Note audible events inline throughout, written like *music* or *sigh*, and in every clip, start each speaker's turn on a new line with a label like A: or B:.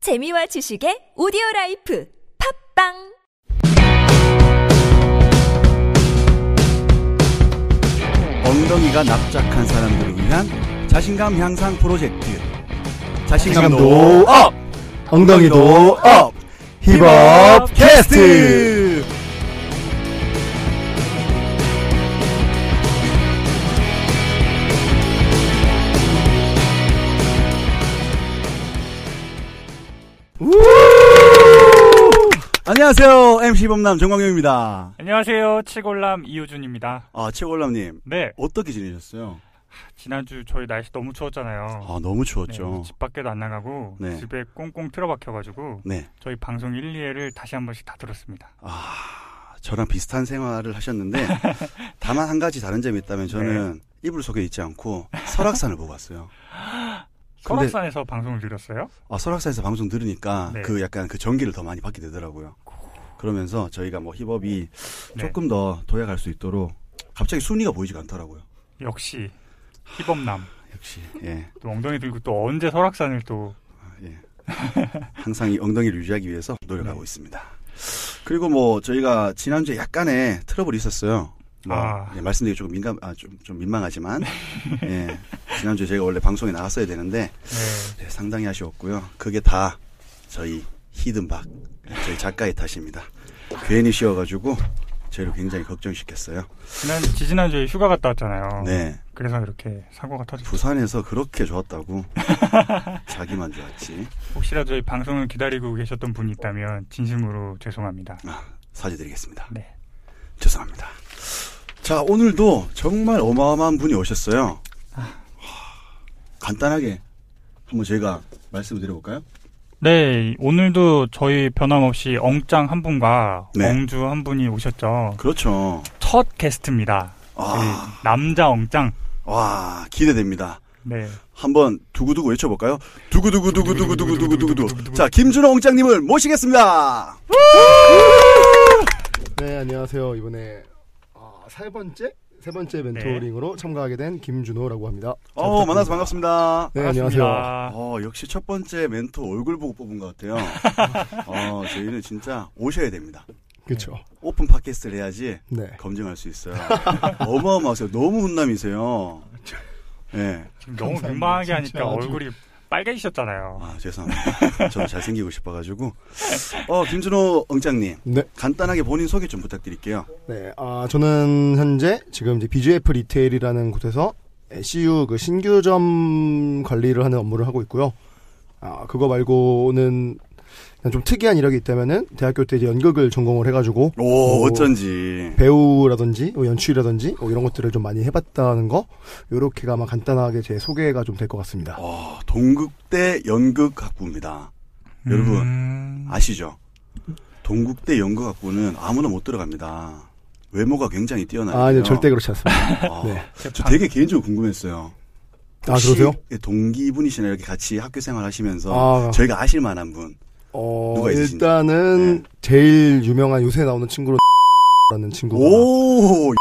A: 재미와 지식의 오디오 라이프 팝빵
B: 엉덩이가 납작한 사람들을 위한 자신감 향상 프로젝트.
C: 자신감도 업! 엉덩이도 업! 힙업 캐스트!
B: 우! 안녕하세요. MC 범남 정광용입니다.
D: 안녕하세요. 치골남 이우준입니다.
B: 아, 최골남님.
D: 네.
B: 어떻게 지내셨어요?
D: 지난주 저희 날씨 너무 추웠잖아요.
B: 아, 너무
D: 네,
B: 추웠죠.
D: 집 밖에도 안 나가고
B: 네.
D: 집에 꽁꽁 틀어박혀가지고
B: 네.
D: 저희 방송 1, 2회를 다시 한 번씩 다 들었습니다.
B: 아, 저랑 비슷한 생활을 *laughs* 하셨는데, 다만 한 가지 다른 점이 있다면 저는 이불 속에 있지 않고 설악산을 보고 왔어요. 근데-
D: 설악산에서 방송을 들었어요.
B: 아, 설악산에서 방송 들으니까
D: 네.
B: 그 약간 그 전기를 더 많이 받게 되더라고요. 그러면서 저희가 뭐 힙업이
D: 네.
B: 조금 더 도약할 수 있도록 갑자기 순위가 보이지가 않더라고요.
D: 역시 희범남.
B: 역시 예,
D: 또 엉덩이 들고 또 언제 설악산을 또
B: 아, 예. *laughs* 항상 이 엉덩이를 유지하기 위해서 노력하고
D: 네.
B: 있습니다. 그리고 뭐 저희가 지난주에 약간의 트러블이 있었어요. 뭐,
D: 아.
B: 예, 말씀드리기 조금 민감, 아, 좀, 좀
D: *laughs*
B: 민망하지만, 예, 지난주에 저희가 원래 방송에 나왔어야 되는데,
D: 네.
B: 네, 상당히 아쉬웠고요. 그게 다 저희 히든박, 저희 작가의 탓입니다. 괜히 쉬어가지고 저희를 굉장히 걱정시켰어요.
D: 지난 지지난주에 휴가 갔다 왔잖아요.
B: 네,
D: 그래서 이렇게 사고가 터졌죠.
B: 부산에서 그렇게 좋았다고 *laughs* 자기만 좋았지
D: 혹시라도 저희 방송을 기다리고 계셨던 분이 있다면 진심으로 죄송합니다.
B: 사죄드리겠습니다.
D: 네.
B: 죄송합니다. 자, 오늘도 정말 어마어마한 분이 오셨어요. 하, 간단하게 한번 저희가 말씀을 드려볼까요?
D: 네, 오늘도 저희 변함없이 엉짱 한 분과
B: 네.
D: 엉주 한 분이 오셨죠.
B: 그렇죠.
D: 첫 게스트입니다.
B: 아,
D: 저희 남자 엉짱.
B: 와, 기대됩니다.
D: 네.
B: 한번 두구두구 외쳐볼까요? 두구두구 두구두구 두구두구 두구두구. 자, 김준호 옹장님을 모시겠습니다.
C: 네, 안녕하세요. 이번에 아, 세 번째? 세 번째
D: 네.
C: 멘토링으로 참가하게 된 김준호라고 합니다. 잘
B: 어,
C: 부탁드립니다.
B: 만나서 반갑습니다.
C: 네,
D: 반갑습니다.
C: 안녕하세요.
B: 어, 역시 첫 번째 멘토 얼굴 보고 뽑은 것 같아요. 어, 저희는 진짜 오셔야 됩니다.
C: 그렇죠.
B: 오픈 팟캐스트를 해야지
C: 네.
B: 검증할 수 있어요. 어마어마하세요. 너무 훈남이세요. 예.
D: 지금 너무
C: 감사합니다.
D: 민망하게 하니까
C: 진짜 아주-
D: 얼굴이 빨개지셨잖아요.
B: 아, 죄송합니다. 저도 잘생기고 싶어가지고. 어, 김준호 엉장님.
C: 네.
B: 간단하게 본인 소개 좀 부탁드릴게요.
C: 네, 아, 저는 현재 지금 이제 BGF 리테일이라는 곳에서 CU 그 신규점 관리를 하는 업무를 하고 있고요. 아, 그거 말고는 그냥 좀 특이한 이력이 있다면은 대학교 때 이제 연극을 전공을 해가지고
B: 오,
C: 오.
B: 어쩐지.
C: 배우라든지 뭐 연출이라든지 뭐 이런 것들을 좀 많이 해봤다는 거 요렇게가 아마 간단하게 제 소개가 좀 될 것 같습니다.
B: 어, 동국대 연극학부입니다.
D: 음.
B: 여러분, 아시죠? 동국대 연극학부는 아무나 못 들어갑니다. 외모가 굉장히 뛰어나요.
C: 아, 네, 절대 그렇지 않습니다.
B: 아,
C: 네.
D: 제
B: 저
D: 방-
B: 되게 개인적으로 궁금했어요.
C: 아, 그러세요?
B: 혹시 예, 동기분이시나 이렇게 같이 학교 생활 하시면서
C: 아,
B: 저희가 아실 만한 분.
C: 어,
B: 어, 누가 네. 있으신지.
C: 일단은 제일 유명한 요새 나오는 친구로 *laughs* 라는 친구.
B: 오!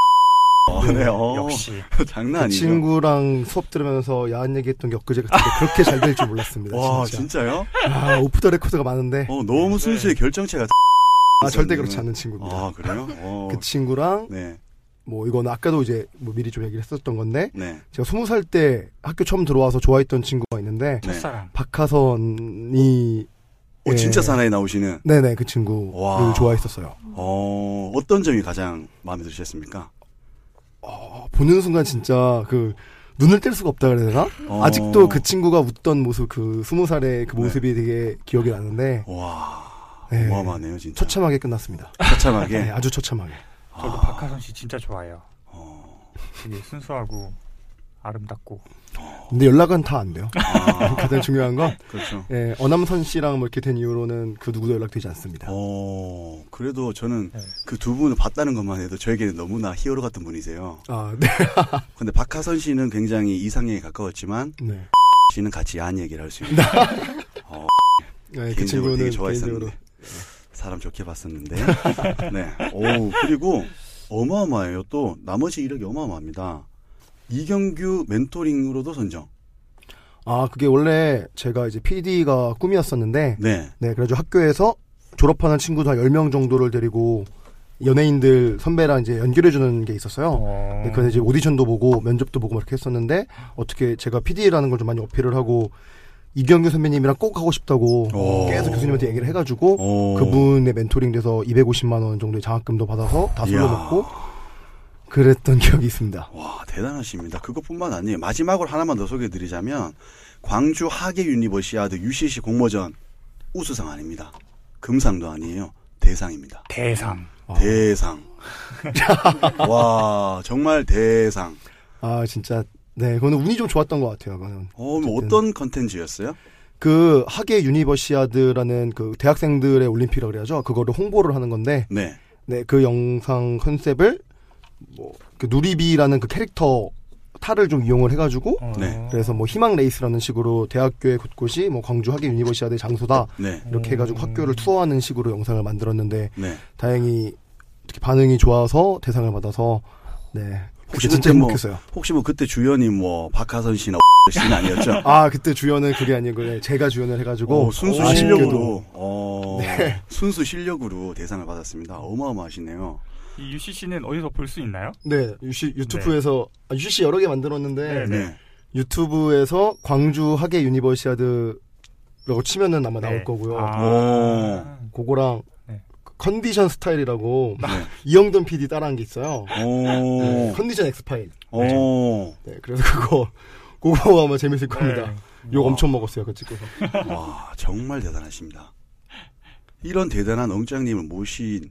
B: 어, 네, 어,
D: 역시.
B: 장난
C: 아, 그
B: 아니죠.
C: 친구랑 수업 들으면서 야한 얘기했던 게 엊그제 같은데 그렇게 잘 될 줄
B: *laughs*
C: 몰랐습니다.
B: 와,
C: 진짜.
B: 진짜. 요
C: 아, 오프 더 레코드가 많은데
B: 어, 너무 순수의 결정체가.
C: 네. 아, 절대 그렇지
B: 있었네요.
C: 않은 친구입니다.
B: 아,
C: *laughs*
B: 그래요? 어,
C: 그 친구랑
B: 네,
C: 뭐 이건 아까도 이제 뭐 미리 좀 얘기를 했었던 건데
B: 네,
C: 제가 스무 살 때 학교 처음 들어와서 좋아했던 친구가
B: 네.
C: 있는데
D: 첫사랑.
C: 박하선이
B: 어,
C: 예.
B: 진짜 사나이 나오시는.
C: 네네 그 친구를
B: 와.
C: 좋아했었어요.
B: 어, 어떤 점이 가장 마음에 드셨습니까?
C: 어, 보는 순간 진짜 그 눈을 뗄 수가 없다 그래야 되나?
B: 어. 네.
C: 아직도 그 친구가 웃던 모습 그 스무 살의 그 모습이 되게 기억이 나는데
B: 와, 예.
C: 네.
B: 어마어마하네요, 진짜.
C: 처참하게 끝났습니다.
B: 처참하게.
C: 네, *laughs* 아주 처참하게.
D: 저도 박하선 씨 진짜 좋아해요.
B: 어.
D: 되게 순수하고 아름답고.
C: 근데 연락은 다 안 돼요. 음,
B: 아,
C: 가장 중요한 건
B: 그렇죠.
C: 예, 어남선 씨랑 뭐 이렇게 된 이후로는 그 누구도 연락되지 않습니다.
B: 어, 그래도 저는
D: 네.
B: 그 두 분을 봤다는 것만 해도 저에게는 너무나 히어로 같은 분이세요.
C: 아 네.
B: 근데 박하선 씨는 굉장히 이상형에 가까웠지만 *laughs*
C: 네.
B: 씨는 같이 야한 얘기를 할 수 있는
C: 네, 그
B: 개인적으로 되게
C: 친구는 개인적으로
B: 좋아했었는데 사람 좋게 봤었는데 *laughs* 네. 오 그리고 어마어마해요. 또 나머지 이력이 어마어마합니다. 이경규 멘토링으로도 선정.
C: 아, 그게 원래 제가 이제 PD가 꿈이었었는데,
B: 네.
C: 네, 그래가지고 학교에서 졸업하는 친구들 한 10명 정도를 데리고 연예인들 선배랑 이제 연결해주는 게 있었어요.
D: 어.
C: 네, 그래서 이제 오디션도 보고 면접도 보고 막 이렇게 했었는데, 어떻게 제가 PD라는 걸 좀 많이 어필을 하고, 이경규 선배님이랑 꼭 하고 싶다고
B: 오.
C: 계속 교수님한테 얘기를 해가지고,
B: 오.
C: 그 그분의 멘토링 돼서 250만 원 정도의 장학금도 받아서 다
B: 이야.
C: 술러먹고 그랬던 *laughs* 기억이 있습니다.
B: 와 대단하십니다. 그것뿐만 아니에요. 마지막으로 하나만 더 소개해드리자면 광주 하계 유니버시아드 UCC 공모전 우수상 아닙니다. 금상도 아니에요. 대상입니다.
D: 대상.
C: 아. *laughs*
B: 대상. 와 정말 대상.
C: 아 진짜 네 그거는 운이 좀 좋았던 것 같아요. 그거는
B: 어, 뭐
C: 어쨌든.
B: 어떤 컨텐츠였어요?
C: 그 하계 유니버시아드라는 그 대학생들의 올림픽이라 그래야죠. 그거를 홍보를 하는 건데
B: 네.
C: 네 그 영상 컨셉을 뭐그 누리비라는 그 캐릭터 탈을 좀 이용을 해가지고
D: 어.
B: 네.
C: 그래서 뭐 희망 레이스라는 식으로 대학교의 곳곳이 뭐 광주 하계 유니버시아드의 장소다
B: 네.
C: 이렇게 해가지고
D: 음.
C: 학교를 투어하는 식으로 영상을 만들었는데
B: 네.
C: 다행히 특히 반응이 좋아서 대상을 받아서 네
B: 혹시
C: 그게 진짜
B: 그때 뭐-
C: 행복했어요.
B: 혹시 뭐 그때 주연이 뭐 박하선 씨나 *laughs* 씨는 아니었죠?
C: 아 그때 주연은 그게 아니고 네, 제가 주연을 해가지고
B: 오, 어, 순수
C: 아쉽게도- 네.
B: 실력으로 어, 순수 실력으로 대상을 받았습니다. 어마어마하시네요.
D: 이 UCC는 어디서 볼 수 있나요?
C: 네 유시 유튜브에서 아, 유시 여러 개 만들었는데
D: 네.
B: 네.
C: 유튜브에서 광주 하계 유니버시아드라고 치면은 아마
D: 네.
C: 나올 거고요.
D: 아.
B: 오.
C: 그거랑
D: 네.
C: 그 컨디션 스타일이라고 이영돈 PD 따라한 게 있어요.
B: 오.
C: 컨디션 엑스 파일.
B: 오.
C: 네 그래서 그거 *laughs* 그거 아마 재밌을 겁니다.
D: 네.
C: 욕 엄청 먹었어요 그 찍고서.
B: 와, 정말 대단하십니다. 이런 대단한 엉장님을 모신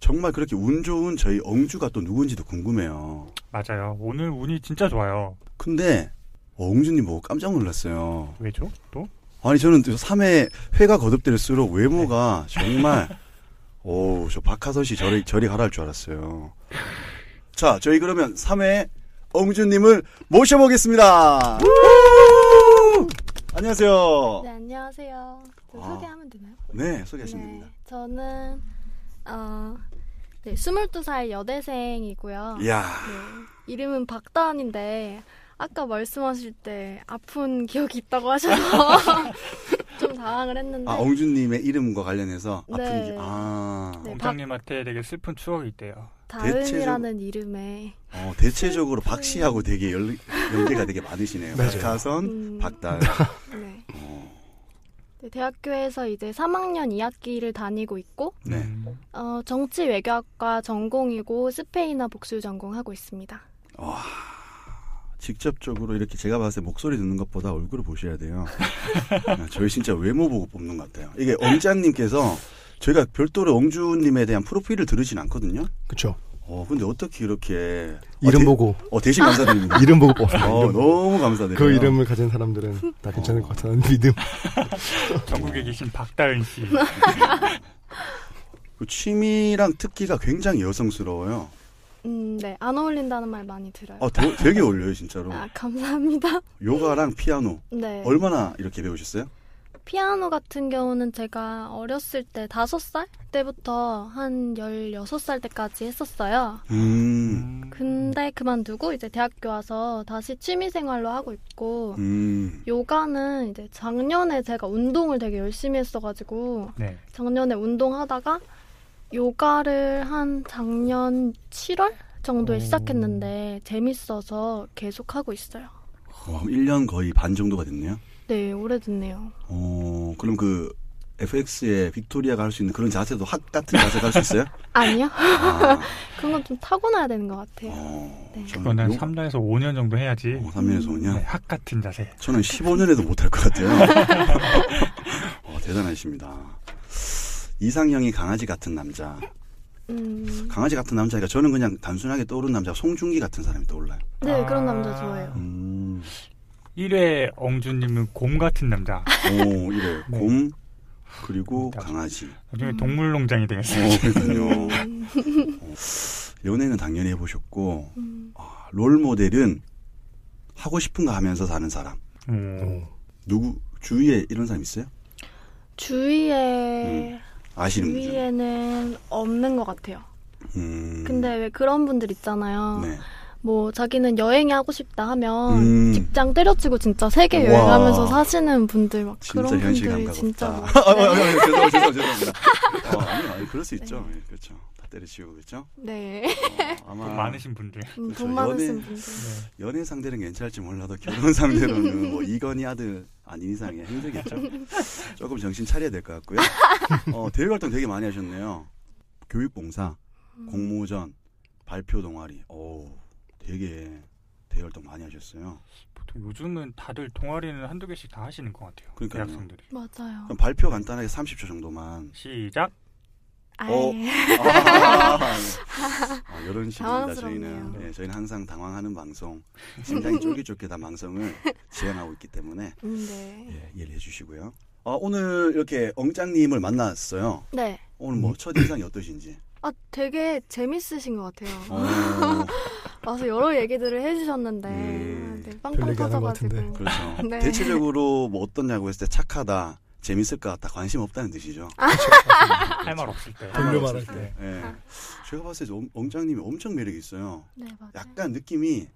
B: 정말 그렇게 운 좋은 저희 엉주가 또 누군지도 궁금해요.
D: 맞아요. 오늘 운이 진짜 좋아요.
B: 근데 어, 엉주님 보고 깜짝 놀랐어요.
D: 왜죠? 또?
B: 아니 저는 3회 회가 거듭될수록 외모가 정말 오우 저 박하선 씨 저리 저리 가라 할 줄 알았어요. 자 저희 그러면 3회 엉주님을 모셔보겠습니다. 우! 안녕하세요.
E: 네, 안녕하세요. 저
B: 아.
E: 소개하면 되나요?
B: 네 소개하시면 됩니다.
E: 저는 어, 네, 22살 여대생이고요.
B: 이야
E: 네, 이름은 박다은인데 아까 말씀하실 때 아픈 기억이 있다고 하셔서 *laughs* 좀 당황을 했는데
B: 아 엉주님의 이름과 관련해서
E: 네.
B: 아픈 기 아
E: 네,
D: 공장님한테 되게 슬픈 추억이 있대요.
E: 다은이라는 이름에
B: 어, 대체적으로 박 씨하고 되게 연, 연계가 되게 많으시네요.
C: 맞아요.
B: 박하선,
E: 음.
B: 박다은.
E: 네.
B: 어.
E: 네, 대학교에서 이제 3학년 2학기를 다니고 있고
B: 네.
D: 음.
E: 어, 정치 외교학과 전공이고 스페인어 복수 전공하고 있습니다.
B: 직접적으로 이렇게 제가 봤을 때 목소리 듣는 것보다 얼굴을 보셔야 돼요. 네, 저희 진짜 외모 보고 뽑는 것 같아요. 이게 엉장님께서 저희가 별도로 엉주님에 대한 프로필을 들으진 않거든요.
C: 그쵸.
B: 어, 근데 어떻게 이렇게.
C: 이름
B: 어, 대-
C: 보고
B: 어, 대신 감사드립니다.
C: *laughs* 이름 보고 뽑았어요.
B: 어, 너무 감사드려요.
C: 그 이름을 가진 사람들은 다 괜찮을 것 같다는 믿음.
B: 어.
D: 전국에 계신 박다은 씨.
B: 그 취미랑 특기가 굉장히 여성스러워요.
E: 음, 네. 안 어울린다는 말 많이 들어요.
B: 아, 되- 되게 어울려요, 진짜로.
E: 아, 감사합니다. *laughs*
B: 요가랑 피아노.
E: 네.
B: 얼마나 이렇게 배우셨어요?
E: 피아노 같은 경우는 제가 어렸을 때 다섯 살 때부터 한 16살 때까지 했었어요.
B: 음,
D: 음.
E: *laughs* 근데 그만두고 이제 대학교 와서 다시 취미 생활로 하고 있고
B: 음,
E: 요가는 이제 작년에 제가 운동을 되게 열심히 했어가지고
D: 네.
E: 작년에 운동하다가 요가를 한 작년 7월 정도에
D: 오.
E: 시작했는데 재밌어서 계속 하고 있어요.
B: 와, 1년 거의 반 정도가 됐네요.
E: 네, 오래됐네요.
B: 어, 그럼 그 FX의 빅토리아가 할 수 있는 그런 자세도 학 같은 자세가 할 수 있어요?
E: *laughs* 아니요?
B: 아,
E: 그런 건 좀 타고나야 되는 것 같아요.
B: 어,
E: 네.
B: 저는
D: 그거는
B: 요-
D: 3년에서 5년 정도 해야지.
B: 어, 3년에서 5년?
D: 네, 학 같은 자세.
B: 저는 15년에도 못할 것 같아요. *laughs* 어, 대단하십니다. 이상형이 강아지 같은 남자.
E: 음,
B: 강아지 같은 남자니까 저는 그냥 단순하게 떠오른 남자 송중기 같은 사람이 떠올라요.
E: 네, 그런
D: 아.
E: 남자 좋아해요.
B: 음,
D: 1회 엉주님은 곰 같은 남자.
B: 오, 이래.
D: *laughs* 네.
B: 곰, 그리고
D: *laughs*
B: 강아지.
D: 나중에 동물농장이 되겠어요.
B: 어, 그러니까요. 어, 연애는 당연히 해보셨고,
E: 음,
B: 아, 롤 모델은 하고 싶은 거 하면서 사는 사람.
D: 음.
B: 누구 주위에 이런 사람 있어요? 음.
E: 주위에
B: 아시는 분 중에.
E: 주위에는 없는 것 같아요.
B: 음.
E: 근데 왜 그런 분들 있잖아요.
B: 네.
E: 뭐 자기는 여행이 하고 싶다 하면
B: 음.
E: 직장 때려치고 진짜 세계
B: 와.
E: 여행하면서 사시는 분들 막
B: 진짜
E: 그런
B: 현실
E: 분들이
B: 감각 *laughs*
E: 진짜
B: 없다.
E: 많-
B: 아, 아니, 아니, 아니, 죄송합니다. 죄송합니다. 죄송합니다. 어, 아니, 아니, 그럴 수 있죠. 예, 그렇죠. 다 때려치우고 그렇죠.
E: 네.
B: 어, 아마
D: 돈그 많으신 분들.
E: 음,
B: 그렇죠.
E: 돈 많으신
B: 연애-
E: 분들.
D: 네.
B: 연애 상대는 괜찮을지 몰라도 결혼 상대로는 뭐 이건희 아들 아닌 이상이 힘들겠죠. 조금 정신 차려야 될 것 같고요. 어, 대외 활동 되게 많이 하셨네요. 교육봉사,
E: 음.
B: 공모전, 발표 동아리. 오, 되게 대외 활동 많이 하셨어요.
D: 보통 요즘은 다들 동아리는 한두 개씩 다 하시는 것 같아요.
B: 그러니까요.
D: 대학생들이.
E: 맞아요.
B: 그럼 발표 간단하게 30초 정도만. *laughs*
D: 시작.
E: 아예.
B: 어. 아, 아, 이런 식입니다.
E: 당황스럽네요.
B: 저희는 예, 저희는 항상 당황하는 방송, 심장이 쫄깃쫄깃한
E: *laughs*
B: 방송을 지향하고 있기 때문에
E: 음, 네.
B: 예, 이해를 해주시고요. 아, 오늘 이렇게 엉짱님을 만났어요.
E: 네.
B: 오늘 뭐 첫 인상이 어떠신지.
E: 아 되게 재밌으신 것 같아요. *laughs*
B: 어,
E: 와서 여러 얘기들을 해주셨는데
B: 음,
E: 네,
C: 별
E: 빵빵
C: 얘기 안한것
E: 터져가지고.
C: 같은데.
B: 그렇죠.
E: 네.
B: 대체적으로 뭐 어떻냐고 했을 때 착하다, 재밌을 것 같다, 관심 없다는 뜻이죠.
D: 할 말 없을 때.
C: 돌려 말할 때.
B: 예. 제가 봤을 때 엄- 엉짱님이 엄청 매력 이 있어요.
E: 네 맞아요.
B: 약간 느낌이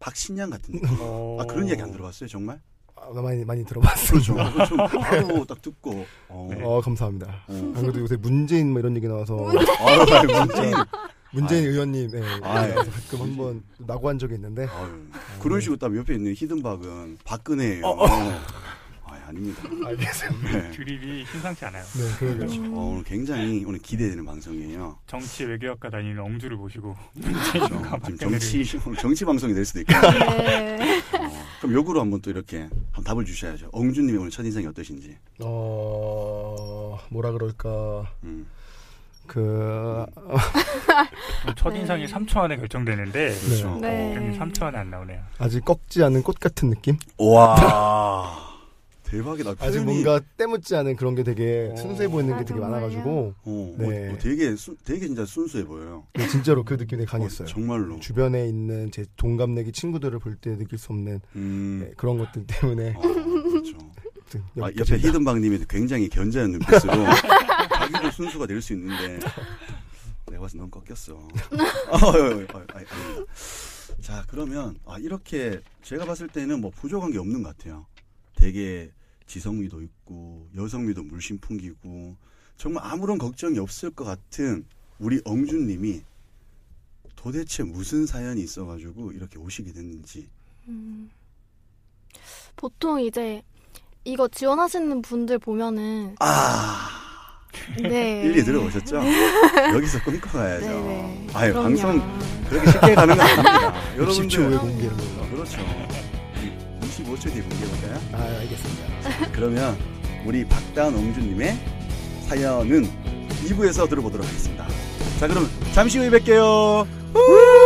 B: 박신양 같은 느낌.
D: 어.
B: 아 그런 이야기 안 들어봤어요 정말?
C: 아, 나 많이 많이 들어봤어요.
B: 좀, 좀 바로 딱 듣고. 그렇죠. 어.
D: 네.
C: 어 감사합니다.
B: 어.
C: 안 그래도 요새 문재인 뭐 이런 얘기 나와서
B: 아유, 문재인.
C: 문재인 의원님 예,
B: 아, 예.
C: 가끔 한번 낙오한 적이 있는데
B: 아유, 그런 식으로 딱 옆에 있는 히든박은 박근혜예요. 아, 아닙니다.
C: 알겠습니다.
B: 네.
D: 드립이 심상치 않아요.
C: 네, 그러게요.
B: 어, 오늘 굉장히 오늘 기대되는 방송이에요. 어,
D: 정치 외교학과 다니는 엉주를 모시고 문재인과
B: 지금
D: 박근혜를
B: 정치 정치 방송이 될 수도 있고.
E: 네.
B: 그럼 요구로 한번 또 이렇게 한번 답을 주셔야죠. 엉준님의 오늘 첫 인상이 어떠신지.
C: 어 뭐라 그럴까
B: 음.
C: 그
D: 그 첫인상이
E: 네.
D: 3초 안에 결정되는데
B: 그렇죠.
E: 네.
D: 굉장히 3초 안에 안 나오네요.
C: 아직 꺾지 않은 꽃 같은 느낌?
B: 와 대박이다.
C: 아직
B: 표현이-
C: 뭔가 때묻지 않은 그런 게 되게
D: 오.
C: 순수해 보이는 게
E: 아,
C: 되게
E: 정말요?
C: 많아가지고
B: 어,
C: 네.
B: 어, 되게 순, 되게 진짜 순수해 보여요.
C: 네, 진짜로 그 느낌이 되게
B: 어,
C: 강했어요.
B: 정말로.
C: 주변에 있는 제 동갑내기 친구들을 볼 때 느낄 수 없는
B: 음.
C: 네, 그런 것들 때문에
B: 어, 그렇죠.
C: 아무튼
B: 아, 옆에
C: 여기까지입니다.
B: 히든방님이 굉장히 견제한 눈빛으로 자기도 순수가 될 수 있는데 내가 봐서 넌 꺾였어. 아, 아, 아, 아, 아닙니다. 자 그러면 아, 이렇게 제가 봤을 때는 뭐 부족한 게 없는 것 같아요. 되게 지성미도 있고 여성미도 물씬 풍기고 정말 아무런 걱정이 없을 것 같은 우리 엉준님이 도대체 무슨 사연이 있어가지고 이렇게 오시게 됐는지
E: 음. 보통 이제 이거 지원하시는 분들
B: *laughs*
E: 보면은
B: 아
E: 네.
B: 일리 들어보셨죠?
C: 네.
B: 여기서 끊고 가야죠.
E: 네네.
B: 아유
E: 그럼요.
B: 방송 그렇게 쉽게 가는 거
C: *laughs*
B: 아닙니다.
C: 60초 후에
B: 여러분들
C: 공개하는 걸로.
B: 그렇죠. 25초 뒤에 공개해볼까요?
C: 아 알겠습니다.
B: 그러면 우리 박다은 옹주님의 사연은 2부에서 들어보도록 하겠습니다. 자 그럼 잠시 후에 뵐게요. 우!